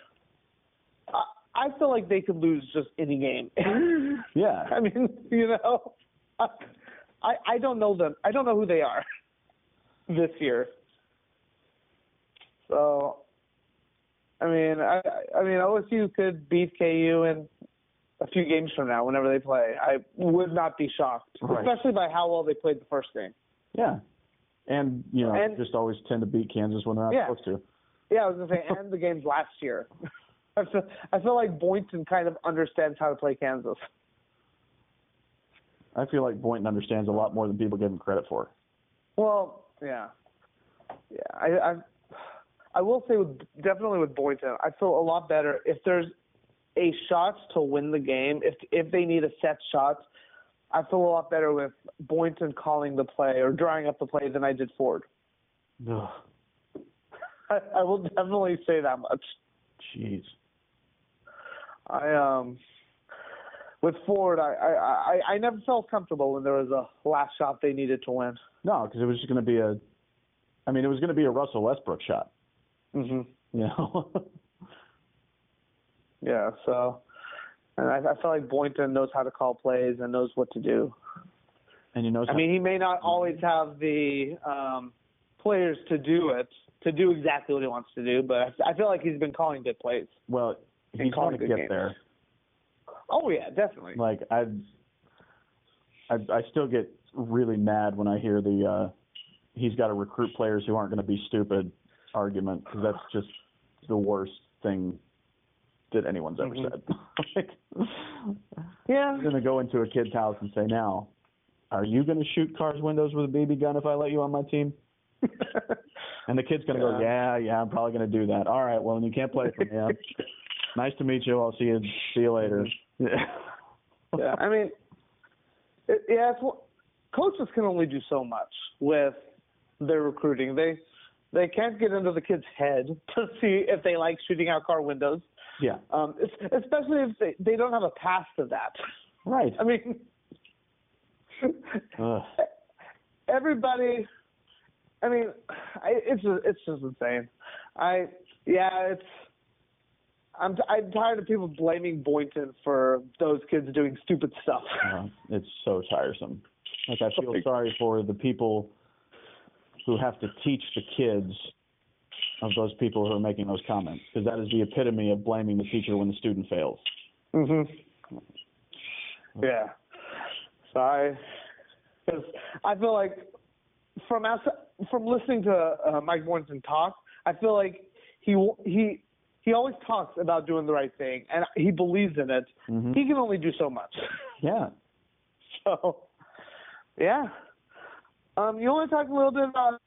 [SPEAKER 2] I, I feel like they could lose just any game.
[SPEAKER 1] yeah,
[SPEAKER 2] I mean, you know, I I don't know them. I don't know who they are this year. So, I mean, I I mean OSU could beat KU in a few games from now whenever they play. I would not be shocked,
[SPEAKER 1] Right.
[SPEAKER 2] especially by how well they played the first game.
[SPEAKER 1] yeah. And you know,
[SPEAKER 2] And-
[SPEAKER 1] just always tend to beat Kansas when they're not
[SPEAKER 2] Yeah.
[SPEAKER 1] supposed to.
[SPEAKER 2] Yeah, I was gonna say, and the games last year. I feel, I feel like Boynton kind of understands how to play Kansas.
[SPEAKER 1] I feel like Boynton understands a lot more than people give him credit for.
[SPEAKER 2] Well, yeah, yeah. I, I, I will say with definitely with Boynton, I feel a lot better if there's a shot to win the game. If if they need a set shot, I feel a lot better with Boynton calling the play or drawing up the play than I did Ford.
[SPEAKER 1] Ugh,
[SPEAKER 2] I, I will definitely say that much.
[SPEAKER 1] jeez.
[SPEAKER 2] I um with Ford, I I I, I never felt comfortable when there was a last shot they needed to win.
[SPEAKER 1] No, because it was just going to be a. I mean, it was going to be a Russell Westbrook shot.
[SPEAKER 2] hmm
[SPEAKER 1] You know.
[SPEAKER 2] Yeah, so and I, I feel like Boynton knows how to call plays and knows what to do.
[SPEAKER 1] and you know,
[SPEAKER 2] I mean, he may not always have the um players to do it to do exactly what he wants to do, but I, I feel like he's been calling good plays.
[SPEAKER 1] well,
[SPEAKER 2] They
[SPEAKER 1] he's
[SPEAKER 2] call
[SPEAKER 1] going
[SPEAKER 2] it
[SPEAKER 1] to
[SPEAKER 2] good
[SPEAKER 1] get
[SPEAKER 2] games.
[SPEAKER 1] there.
[SPEAKER 2] Oh yeah, definitely.
[SPEAKER 1] Like I, I, I still get really mad when I hear the uh, he's got to recruit players who aren't going to be stupid argument because that's just the worst thing that anyone's ever
[SPEAKER 2] Mhm.
[SPEAKER 1] said. like,
[SPEAKER 2] Yeah.
[SPEAKER 1] I'm going to go into a kid's house and say, now, are you going to shoot cars windows with a BB gun if I let you on my team? And the kid's going to go, yeah, yeah, I'm probably going to do that. All right, well, then you can't play for me. huh? nice to meet you. I'll see you. See you later.
[SPEAKER 2] Mm-hmm. yeah, I mean, it, yeah, it's, one- coaches can only do so much with their recruiting. They they can't get into the kid's head to see if they like shooting out car windows,
[SPEAKER 1] yeah.
[SPEAKER 2] um, es- especially if they, they don't have a past of that.
[SPEAKER 1] Right.
[SPEAKER 2] I mean,
[SPEAKER 1] Ugh.
[SPEAKER 2] everybody. I mean, I, it's just, it's just insane. I yeah, it's. I'm t- I'm tired of people blaming Boynton for those kids doing stupid stuff.
[SPEAKER 1] Uh, it's so tiresome. Like I feel sorry for the people who have to teach the kids of those people who are making those comments because that is the epitome of blaming the teacher when the student fails.
[SPEAKER 2] hmm Yeah. So I, cause I feel like from outside, from listening to uh, Mike Morrison talk, I feel like he w- he he always talks about doing the right thing and he believes in it.
[SPEAKER 1] Mhm.
[SPEAKER 2] He can only do so much.
[SPEAKER 1] Yeah.
[SPEAKER 2] So, yeah. Um, you want to talk a little bit about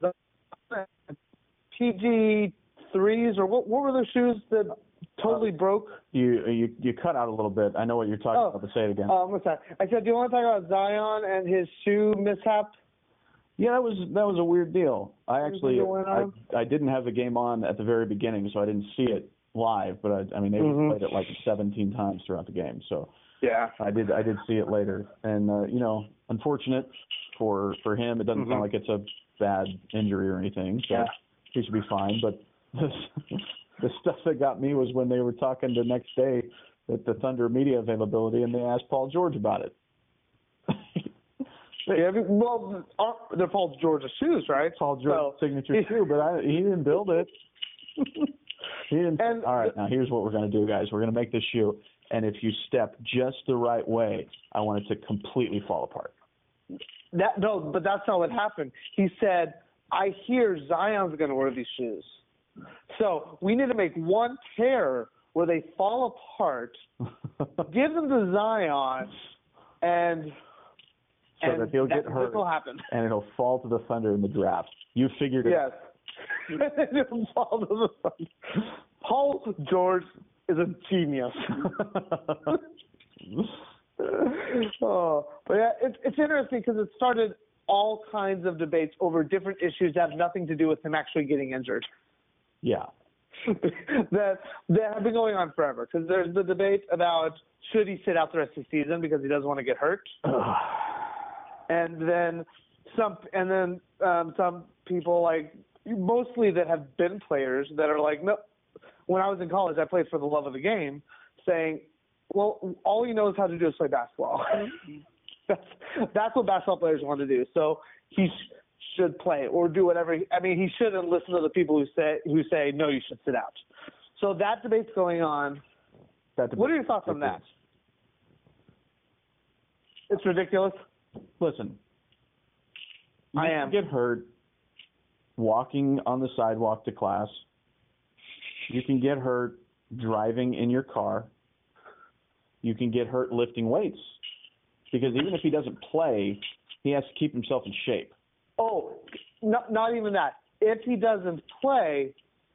[SPEAKER 2] the PG threes or what? What were the shoes that totally broke?
[SPEAKER 1] You you you cut out a little bit. I know what you're talking
[SPEAKER 2] Oh.
[SPEAKER 1] about, but say it again.
[SPEAKER 2] Um, what's that? I said, do you want to talk about Zion and his shoe mishap?
[SPEAKER 1] yeah, that was that was a weird deal. I actually
[SPEAKER 2] it went
[SPEAKER 1] I,
[SPEAKER 2] on?
[SPEAKER 1] I didn't have the game on at the very beginning, so I didn't see it live. But I I mean they
[SPEAKER 2] Mhm.
[SPEAKER 1] played it like 17 times throughout the game, so
[SPEAKER 2] Yeah.
[SPEAKER 1] I did I did see it later, and uh, you know, unfortunate for for him. It doesn't
[SPEAKER 2] Mhm.
[SPEAKER 1] sound like it's a bad injury or anything, so
[SPEAKER 2] Yeah.
[SPEAKER 1] he should be fine. But this, the stuff that got me was when they were talking the next day at the Thunder media availability, and they asked Paul George about it.
[SPEAKER 2] yeah every- well, aren't- they're Paul George's shoes, right?
[SPEAKER 1] Paul George's
[SPEAKER 2] So-
[SPEAKER 1] signature too, but I, he didn't build it. He didn't.
[SPEAKER 2] And
[SPEAKER 1] all right, now here's what we're gonna do, guys. We're gonna make this shoe, and if you step just the right way, I want it to completely fall apart.
[SPEAKER 2] That no, but that's not what happened. He said, "I hear Zion's going to wear these shoes, so we need to make one pair where they fall apart. Give them to Zion, and
[SPEAKER 1] So
[SPEAKER 2] and
[SPEAKER 1] that he'll get hurt.
[SPEAKER 2] This will happen.
[SPEAKER 1] and it'll fall to the Thunder in the draft. You figured it.
[SPEAKER 2] Yes. Paul doesn't- Paul George is a genius. oh, but yeah, it's it's interesting because it started all kinds of debates over different issues that have nothing to do with him actually getting injured.
[SPEAKER 1] yeah.
[SPEAKER 2] that that have been going on forever. Because there's the debate about should he sit out the rest of the season because he doesn't want to get hurt, and then some, and then um, some people like mostly that have been players that are like, no. When I was in college, I played for the love of the game, saying, well, all he knows how to do is play basketball. that's that's what basketball players want to do. So he sh- should play or do whatever. He, I mean, he shouldn't listen to the people who say who say no, you should sit out. So that debate's going on.
[SPEAKER 1] That
[SPEAKER 2] What are your thoughts on that? It's ridiculous.
[SPEAKER 1] Listen, you
[SPEAKER 2] I am.
[SPEAKER 1] can get hurt walking on the sidewalk to class. You can get hurt driving in your car. You can get hurt lifting weights because even if he doesn't play, he has to keep himself in shape.
[SPEAKER 2] Oh, not not even that. If he doesn't play,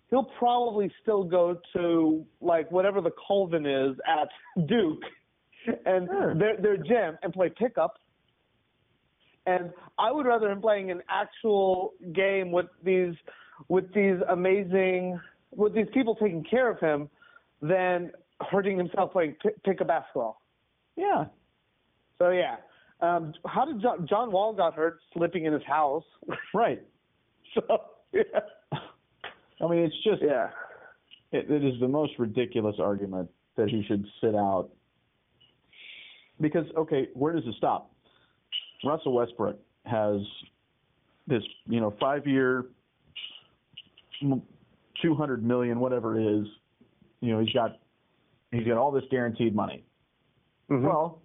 [SPEAKER 2] he'll probably still go to like whatever the Colvin is at Duke and
[SPEAKER 1] Sure.
[SPEAKER 2] their their gym and play pickup. And I would rather him playing an actual game with these with these amazing with these people taking care of him than hurting himself playing pick, pickup basketball.
[SPEAKER 1] Yeah.
[SPEAKER 2] So yeah. Um, how did John, John Wall got hurt slipping in his house?
[SPEAKER 1] Right.
[SPEAKER 2] so yeah.
[SPEAKER 1] I mean, it's just
[SPEAKER 2] Yeah.
[SPEAKER 1] It, it is the most ridiculous argument that he should sit out. Because okay, where does it stop? Russell Westbrook has this, you know, five-year, m- two hundred million, whatever it is. You know, he's got he's got all this guaranteed money.
[SPEAKER 2] Mm-hmm.
[SPEAKER 1] Well,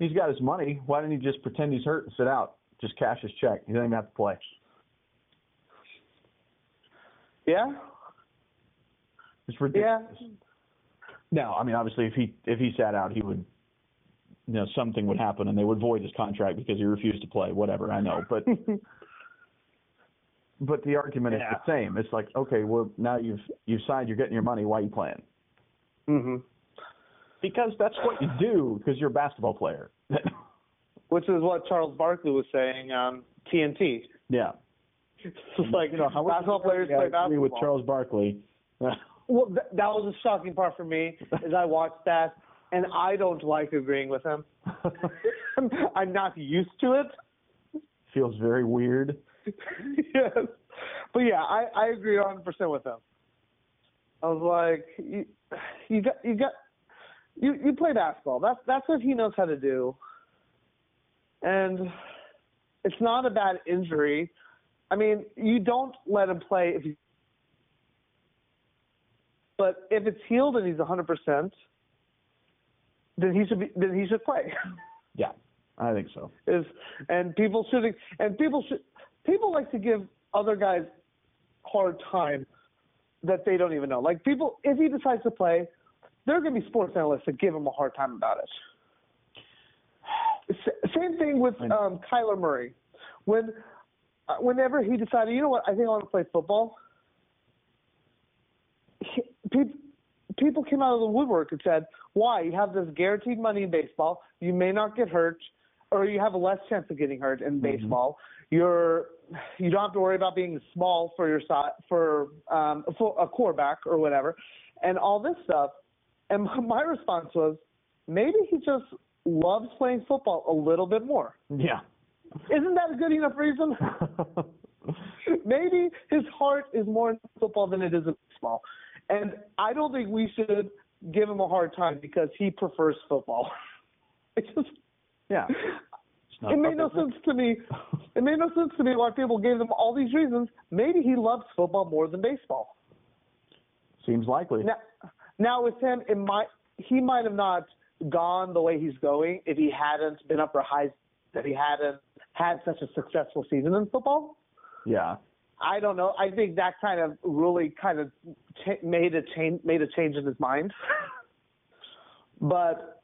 [SPEAKER 1] he's got his money. Why didn't he just pretend he's hurt and sit out? Just cash his check. He doesn't even have to play.
[SPEAKER 2] yeah.
[SPEAKER 1] It's
[SPEAKER 2] Yeah.
[SPEAKER 1] ridiculous. No, I mean obviously if he if he sat out he would you know something would happen and they would void his contract because he refused to play whatever I know but but the argument is
[SPEAKER 2] Yeah.
[SPEAKER 1] the same it's like okay well now you've you've signed you're getting your money why are you playing Mm-hmm.
[SPEAKER 2] Mhm.
[SPEAKER 1] because that's what you do because you're a basketball player
[SPEAKER 2] Which is what Charles Barkley was saying on TNT.
[SPEAKER 1] yeah
[SPEAKER 2] It's like
[SPEAKER 1] Mm-hmm. you know how
[SPEAKER 2] basketball players
[SPEAKER 1] yeah, I
[SPEAKER 2] play
[SPEAKER 1] agree
[SPEAKER 2] basketball.
[SPEAKER 1] with Charles Barkley
[SPEAKER 2] well, th- that was the shocking part for me is I watched that and I don't like agreeing with him. I'm not used to it.
[SPEAKER 1] feels very weird
[SPEAKER 2] yes. But yeah, I, I agree 100% with him. I was like, you, you got, you got, you, you play basketball. That's, that's what he knows how to do. And it's not a bad injury. I mean, you don't let him play if he, but if it's healed and he's 100%, then he should be, then he should play.
[SPEAKER 1] yeah I think so
[SPEAKER 2] is and people should and people should people like to give other guys hard time that they don't even know. Like people if he decides to play, there are gonna be sports analysts that give him a hard time about it. S- same thing with
[SPEAKER 1] I know.
[SPEAKER 2] um Kyler Murray. When uh, whenever he decided, you know what, I think I want to play football. He, peop people came out of the woodwork and said, "Why? You have this guaranteed money in baseball. You may not get hurt, or you have a less chance of getting hurt in baseball. You're you don't have to worry about being small for your si- for um for a quarterback or whatever, and all this stuff." And my response was, maybe he just loves playing football a little bit more.
[SPEAKER 1] Yeah.
[SPEAKER 2] Isn't that a good enough reason? maybe his heart is more in football than it is in baseball. And I don't think we should give him a hard time because he prefers football. It just
[SPEAKER 1] yeah. It's not
[SPEAKER 2] it made
[SPEAKER 1] about
[SPEAKER 2] no
[SPEAKER 1] business.
[SPEAKER 2] sense to me. It made no sense to me why people gave him all these reasons. Maybe he loves football more than baseball.
[SPEAKER 1] Seems likely.
[SPEAKER 2] Now, now with him, it might he might have not gone the way he's going if he hadn't been up for highs that he hadn't had such a successful season in football.
[SPEAKER 1] Yeah.
[SPEAKER 2] I don't know. I think that kind of really kind of cha- made a change made a change in his mind. but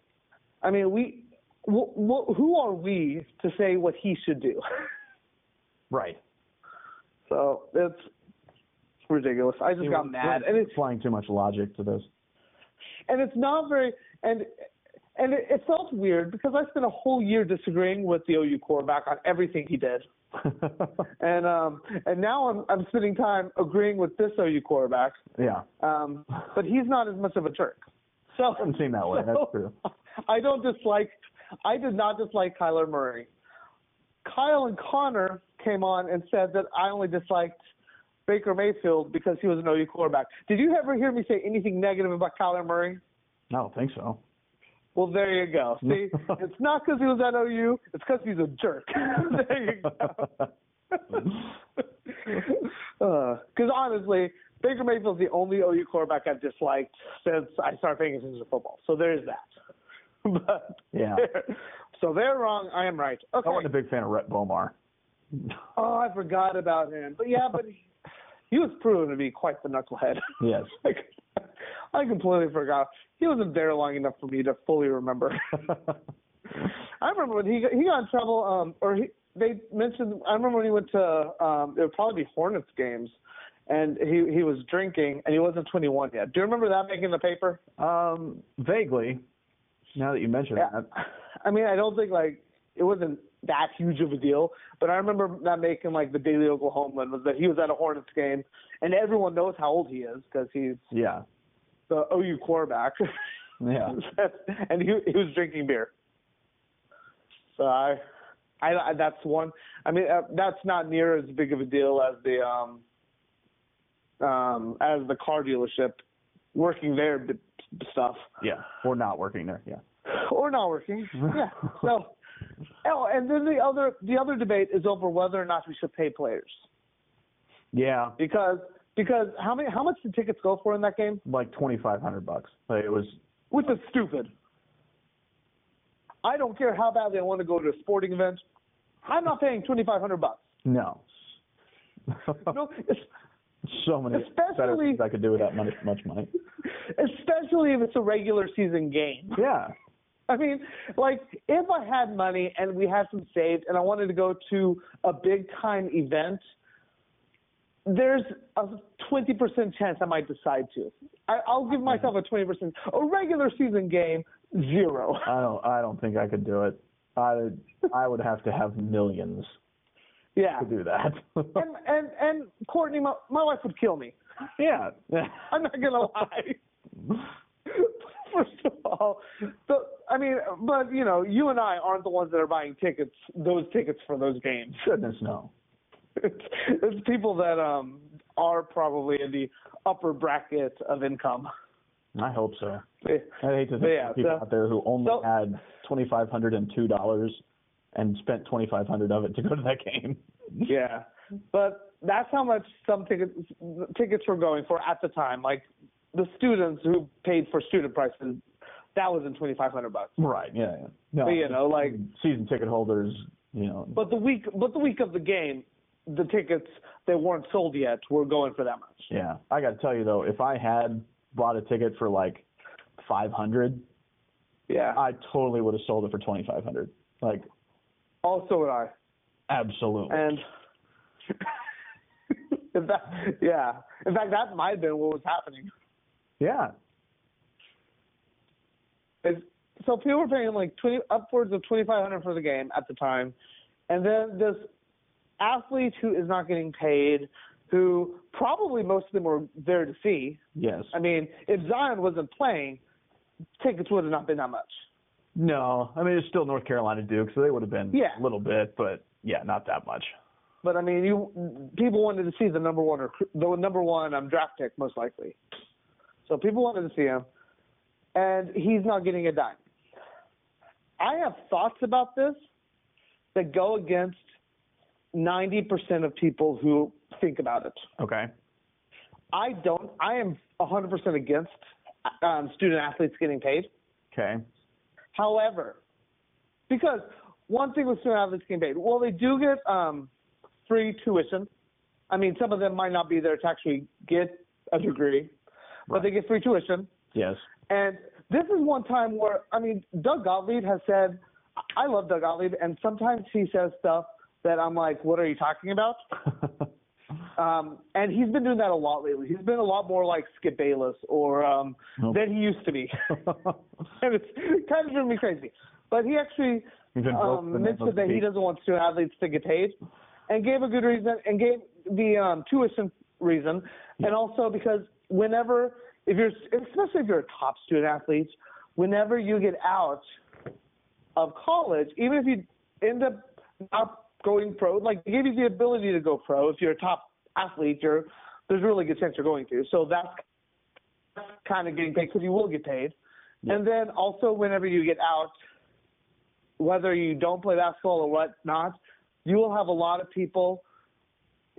[SPEAKER 2] I mean, we w- w- who are we to say what he should do?
[SPEAKER 1] Right.
[SPEAKER 2] so it's ridiculous. I just
[SPEAKER 1] See,
[SPEAKER 2] got
[SPEAKER 1] we're-
[SPEAKER 2] mad,
[SPEAKER 1] we're
[SPEAKER 2] and it's
[SPEAKER 1] applying too much logic to this.
[SPEAKER 2] and it's not very and and it, it felt weird because I spent a whole year disagreeing with the OU quarterback on everything he did. And um and now I'm I'm spending time agreeing with this OU quarterback.
[SPEAKER 1] yeah.
[SPEAKER 2] Um, but he's not as much of a jerk. So
[SPEAKER 1] Doesn't seem that way. That's true.
[SPEAKER 2] I don't dislike. I did not dislike Kyler Murray. Kyle and Connor came on and said that I only disliked Baker Mayfield because he was an OU quarterback. Did you ever hear me say anything negative about Kyler Murray?
[SPEAKER 1] I don't think so.
[SPEAKER 2] Well, there you go. See, it's not because he was at OU. It's because he's a jerk. there you go. Because Uh, honestly, Baker Mayfield's the only OU quarterback I've disliked since I started paying attention to football. So there's that. but
[SPEAKER 1] yeah.
[SPEAKER 2] so they're wrong. I am right.
[SPEAKER 1] I
[SPEAKER 2] Okay.
[SPEAKER 1] wasn't a big fan of Rhett Bomar.
[SPEAKER 2] Oh, I forgot about him. But yeah, but he, he was proven to be quite the knucklehead.
[SPEAKER 1] Yes.
[SPEAKER 2] Like, I completely forgot. He wasn't there long enough for me to fully remember. I remember when he got, he got in trouble, um, or he, they mentioned. I remember when he went to um, it would probably be Hornets games, and he he was drinking and he wasn't 21 yet. Do you remember that making the paper?
[SPEAKER 1] um, vaguely. Now that you mention
[SPEAKER 2] Yeah.
[SPEAKER 1] that.
[SPEAKER 2] I mean, I don't think like it wasn't that huge of a deal, but I remember that making like the Daily Oklahoman was that he was at a Hornets game, and everyone knows how old he is because he's
[SPEAKER 1] Yeah.
[SPEAKER 2] the OU quarterback.
[SPEAKER 1] Yeah.
[SPEAKER 2] and he he was drinking beer. So I, I, I that's one. I mean, uh, that's not near as big of a deal as the um, um, as the car dealership working there b- stuff
[SPEAKER 1] Yeah. Or not working there. Yeah.
[SPEAKER 2] or not working. Yeah. So, oh, and then the other the other debate is over whether or not we should pay players
[SPEAKER 1] Yeah.
[SPEAKER 2] because because how many how much did tickets go for in that game?
[SPEAKER 1] Like twenty five hundred bucks. Like it was
[SPEAKER 2] which is stupid. I don't care how badly I want to go to a sporting event. I'm not paying twenty five hundred bucks.
[SPEAKER 1] no.
[SPEAKER 2] No, es-
[SPEAKER 1] so many better
[SPEAKER 2] especially-
[SPEAKER 1] things I could do with that money, much money.
[SPEAKER 2] especially if it's a regular season game.
[SPEAKER 1] Yeah.
[SPEAKER 2] I mean, like if I had money and we had some saved and I wanted to go to a big time event, there's a 20% chance I might decide to. I, I'll give myself a 20%. A regular season game, zero.
[SPEAKER 1] I don't. I don't think I could do it. I would. I would have to have millions
[SPEAKER 2] Yeah.
[SPEAKER 1] to do that.
[SPEAKER 2] And and and Courtney, my, my wife would kill me.
[SPEAKER 1] yeah.
[SPEAKER 2] I'm not gonna lie. First of all, the, I mean, but you know, you and I aren't the ones that are buying tickets, those tickets for those games.
[SPEAKER 1] Goodness no.
[SPEAKER 2] It's, it's people that um are probably in the upper bracket of income.
[SPEAKER 1] I hope so. I hate to think
[SPEAKER 2] Yeah,
[SPEAKER 1] of people
[SPEAKER 2] so-
[SPEAKER 1] out there who only
[SPEAKER 2] so-
[SPEAKER 1] had twenty five hundred and two dollars and spent twenty five hundred of it to go to that game.
[SPEAKER 2] Yeah, but that's how much some tickets tickets were going for at the time. Like the students who paid for student prices, that was in twenty five hundred bucks.
[SPEAKER 1] Right. Yeah. yeah. No.
[SPEAKER 2] But, you know, like
[SPEAKER 1] season ticket holders. You know.
[SPEAKER 2] But the week, but the week of the game, the tickets that weren't sold yet were going for that much.
[SPEAKER 1] yeah. I got to tell you though, if I had bought a ticket for like five hundred,
[SPEAKER 2] Yeah.
[SPEAKER 1] I totally would have sold it for twenty five hundred. Like
[SPEAKER 2] also, would I
[SPEAKER 1] absolutely.
[SPEAKER 2] and in fact, yeah. In fact, that might have been what was happening.
[SPEAKER 1] yeah.
[SPEAKER 2] It's, so people were paying like twenty upwards of twenty five hundred for the game at the time, and then this athlete who is not getting paid, who probably most of them were there to see.
[SPEAKER 1] Yes.
[SPEAKER 2] I mean, if Zion wasn't playing, tickets would have not been that much.
[SPEAKER 1] No, I mean it's still North Carolina Duke, so they would have been
[SPEAKER 2] Yeah.
[SPEAKER 1] a little bit, but yeah, not that much.
[SPEAKER 2] But I mean, you people wanted to see the number one or the number one um, draft pick most likely. So people wanted to see him, and he's not getting a dime. I have thoughts about this that go against 90% of people who think about it.
[SPEAKER 1] Okay.
[SPEAKER 2] I don't. I am 100% against um, student athletes getting paid.
[SPEAKER 1] Okay.
[SPEAKER 2] However, because one thing with student athletes getting paid, well, they do get um, free tuition. I mean, some of them might not be there to actually get a degree, but they get free tuition.
[SPEAKER 1] Yes.
[SPEAKER 2] And this is one time where, I mean, Doug Gottlieb has said, I love Doug Gottlieb, and sometimes he says stuff that I'm like, what are you talking about? Um, and he's been doing that a lot lately. He's been a lot more like Skip Bayless or um,
[SPEAKER 1] Nope.
[SPEAKER 2] than he used to be. and it's kind of driven me crazy. But he actually
[SPEAKER 1] He's been broke
[SPEAKER 2] um,
[SPEAKER 1] the next
[SPEAKER 2] mentioned that he
[SPEAKER 1] week.
[SPEAKER 2] doesn't want student athletes to get paid, and gave a good reason, and gave the um, tuition reason, and also because whenever, if you're, especially if you're a top student athlete, whenever you get out of college, even if you end up not going pro, like they give you the ability to go pro if you're a top athlete, you're there's a really good chance you're going to. So that's kind of getting paid because you will get paid. And then also, whenever you get out, whether you don't play basketball or whatnot, you will have a lot of people,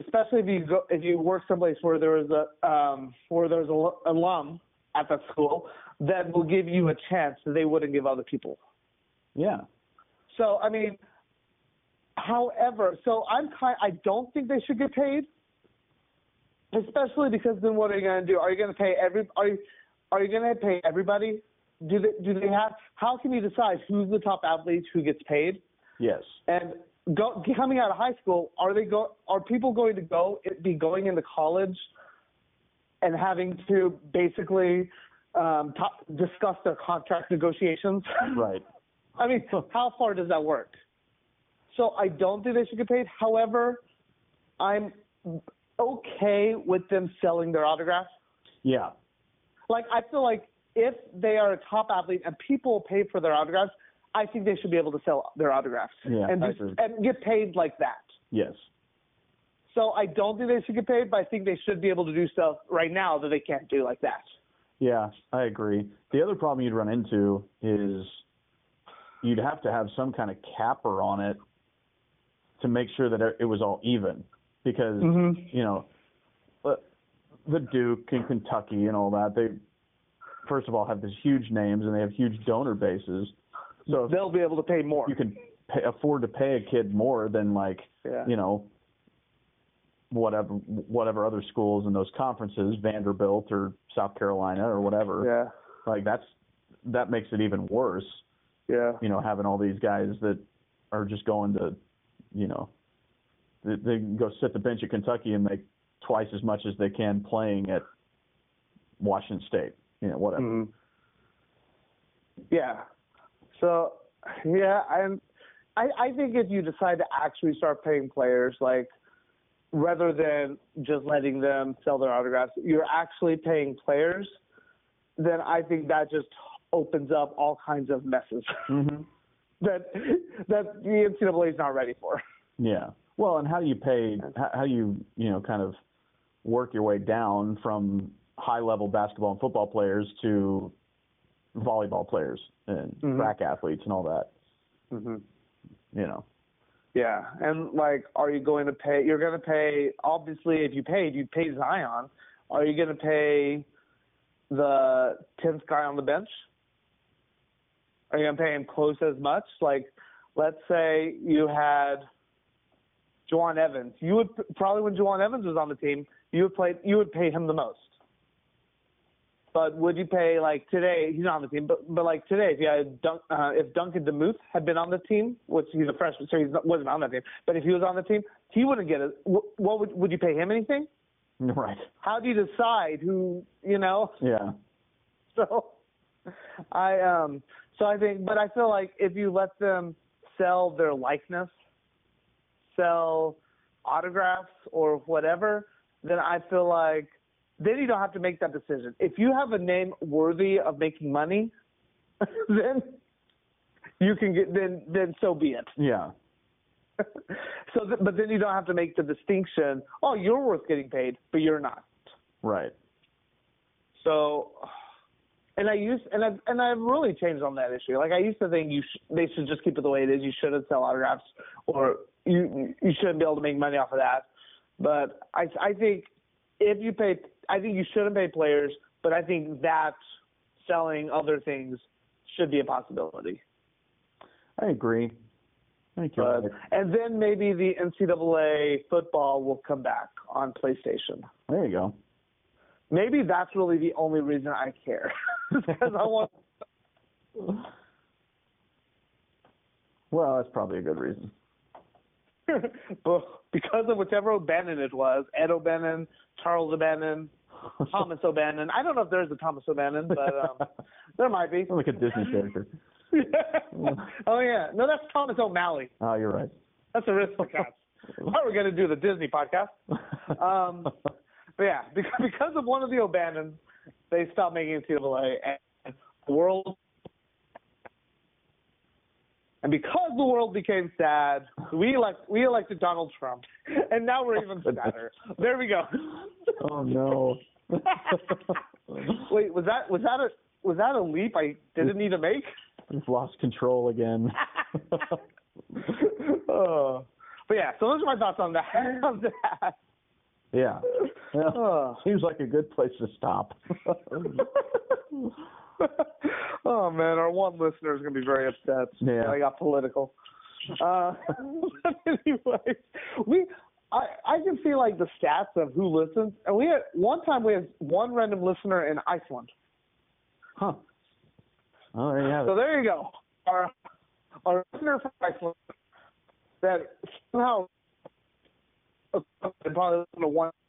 [SPEAKER 2] especially if you go if you work someplace where there is a um, where there's an alum at that school that will give you a chance that they wouldn't give other people.
[SPEAKER 1] yeah.
[SPEAKER 2] So I mean, however, so I'm kind. I don't think they should get paid, especially because then what are you going to do? Are you going to pay every? Are you are you going to pay everybody? Do they do they have? How can you decide who's the top athlete who gets paid?
[SPEAKER 1] Yes.
[SPEAKER 2] And go, coming out of high school, are they go? Are people going to go be going into college and having to basically um, top, discuss their contract negotiations?
[SPEAKER 1] Right.
[SPEAKER 2] I mean, how far does that work? So I don't think they should get paid. However, I'm okay with them selling their autographs.
[SPEAKER 1] Yeah.
[SPEAKER 2] Like I feel like if they are a top athlete and people pay for their autographs, I think they should be able to sell their autographs
[SPEAKER 1] Yeah,
[SPEAKER 2] and
[SPEAKER 1] I
[SPEAKER 2] just,
[SPEAKER 1] agree.
[SPEAKER 2] and get paid like that.
[SPEAKER 1] Yes.
[SPEAKER 2] So I don't think they should get paid, but I think they should be able to do stuff right now that they can't do like that.
[SPEAKER 1] Yeah, I agree. The other problem you'd run into is you'd have to have some kind of capper on it to make sure that it was all even because you know but the Duke and Kentucky and all that they first of all have these huge names and they have huge donor bases. So if
[SPEAKER 2] They'll be able to pay more.
[SPEAKER 1] you can pay, afford to pay a kid more than like
[SPEAKER 2] Yeah.
[SPEAKER 1] you know whatever whatever other schools in those conferences Vanderbilt or South Carolina or whatever
[SPEAKER 2] yeah.
[SPEAKER 1] like that's that makes it even worse
[SPEAKER 2] Yeah.
[SPEAKER 1] you know having all these guys that are just going to you know they, they can go sit the bench at Kentucky and make twice as much as they can playing at Washington State you know whatever
[SPEAKER 2] Mhm. Yeah. So, yeah, and I I think if you decide to actually start paying players, like rather than just letting them sell their autographs, you're actually paying players. Then I think that just opens up all kinds of messes
[SPEAKER 1] mm-hmm.
[SPEAKER 2] that that the NCAA is not ready for.
[SPEAKER 1] Yeah. Well, and how do you pay? How, how do you you know kind of work your way down from high level basketball and football players to volleyball players and track athletes and all that? You know.
[SPEAKER 2] Yeah, and like, are you going to pay? You're going to pay. Obviously, if you paid, you'd pay Zion. Are you going to pay the tenth guy on the bench? Are you going to pay him close as much? Like, let's say you had Juwan Evans. You would probably when Juwan Evans was on the team, you would play. You would pay him the most. But would you pay like today? He's not on the team, but but like today, if you had Dun- uh, if Duncan Demuth had been on the team, which he's a freshman, so he wasn't on that team. But if he was on the team, he wouldn't get it. Wh- What would would you pay him anything?
[SPEAKER 1] Right.
[SPEAKER 2] How do you decide who you know?
[SPEAKER 1] Yeah.
[SPEAKER 2] So I um so I think, but I feel like if you let them sell their likeness, sell autographs or whatever, then I feel like then you don't have to make that decision. If you have a name worthy of making money, then you can get then then so be it.
[SPEAKER 1] Yeah.
[SPEAKER 2] so, th- but then you don't have to make the distinction. Oh, you're worth getting paid, but you're not.
[SPEAKER 1] Right.
[SPEAKER 2] So, and I used and I've and I've really changed on that issue. Like I used to think you sh- they should just keep it the way it is. You shouldn't sell autographs, or you you shouldn't be able to make money off of that. But I I think if you pay, I think you shouldn't pay players. But I think that selling other things should be a possibility.
[SPEAKER 1] I agree. Thank you.
[SPEAKER 2] But, and then maybe the NCAA football will come back on PlayStation.
[SPEAKER 1] there you go.
[SPEAKER 2] Maybe that's really the only reason I care, because I want.
[SPEAKER 1] Well, that's probably a good reason.
[SPEAKER 2] but because of whichever O'Bannon it was, Ed O'Bannon, Charles O'Bannon, Thomas O'Bannon. I don't know if there's a Thomas O'Bannon, but um, there might be.
[SPEAKER 1] like a Disney character.
[SPEAKER 2] oh yeah, no, that's Thomas O'Malley.
[SPEAKER 1] Oh, you're right.
[SPEAKER 2] That's Aristocrats. How are we gonna do the Disney podcast? Um, but yeah, because, because of one of the O'Bannons, they stopped making NCAA and the world. And because the world became sad, we elect, we elected Donald Trump, and now we're even sadder. There we go.
[SPEAKER 1] oh no.
[SPEAKER 2] Wait, was that was that a was that a leap I didn't need to make?
[SPEAKER 1] We've lost control again.
[SPEAKER 2] Oh. but yeah, so those are my thoughts on that. On that.
[SPEAKER 1] yeah. Well,
[SPEAKER 2] Oh.
[SPEAKER 1] seems like a good place to stop.
[SPEAKER 2] oh man, our one listener is going to be very upset.
[SPEAKER 1] Yeah.
[SPEAKER 2] that I got political. Uh, but anyway, we I I can see like the stats of who listens, and we had one time we had one random listener in Iceland.
[SPEAKER 1] huh. Oh, there you have
[SPEAKER 2] So
[SPEAKER 1] it.
[SPEAKER 2] there you go. Our our listener from Iceland that somehow probably listened to one.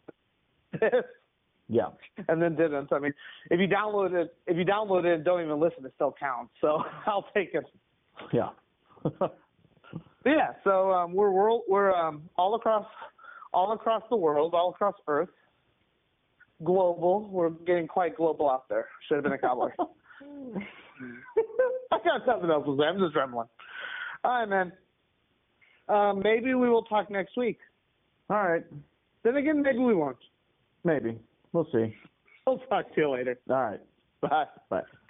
[SPEAKER 1] Yeah.
[SPEAKER 2] and then didn't. I mean, if you download it, if you download it and don't even listen, it still counts. So I'll take it.
[SPEAKER 1] Yeah.
[SPEAKER 2] But yeah. So um, we're world, we're um, all across, all across the world, all across Earth. Global. We're getting quite global out there. Should have been a cobbler. I got nothing else to say. I'm just rambling. All right, man. Uh, maybe we will talk next week.
[SPEAKER 1] All right.
[SPEAKER 2] Then again, maybe we won't.
[SPEAKER 1] Maybe. We'll see.
[SPEAKER 2] I'll talk to you later.
[SPEAKER 1] All right.
[SPEAKER 2] Bye.
[SPEAKER 1] Bye.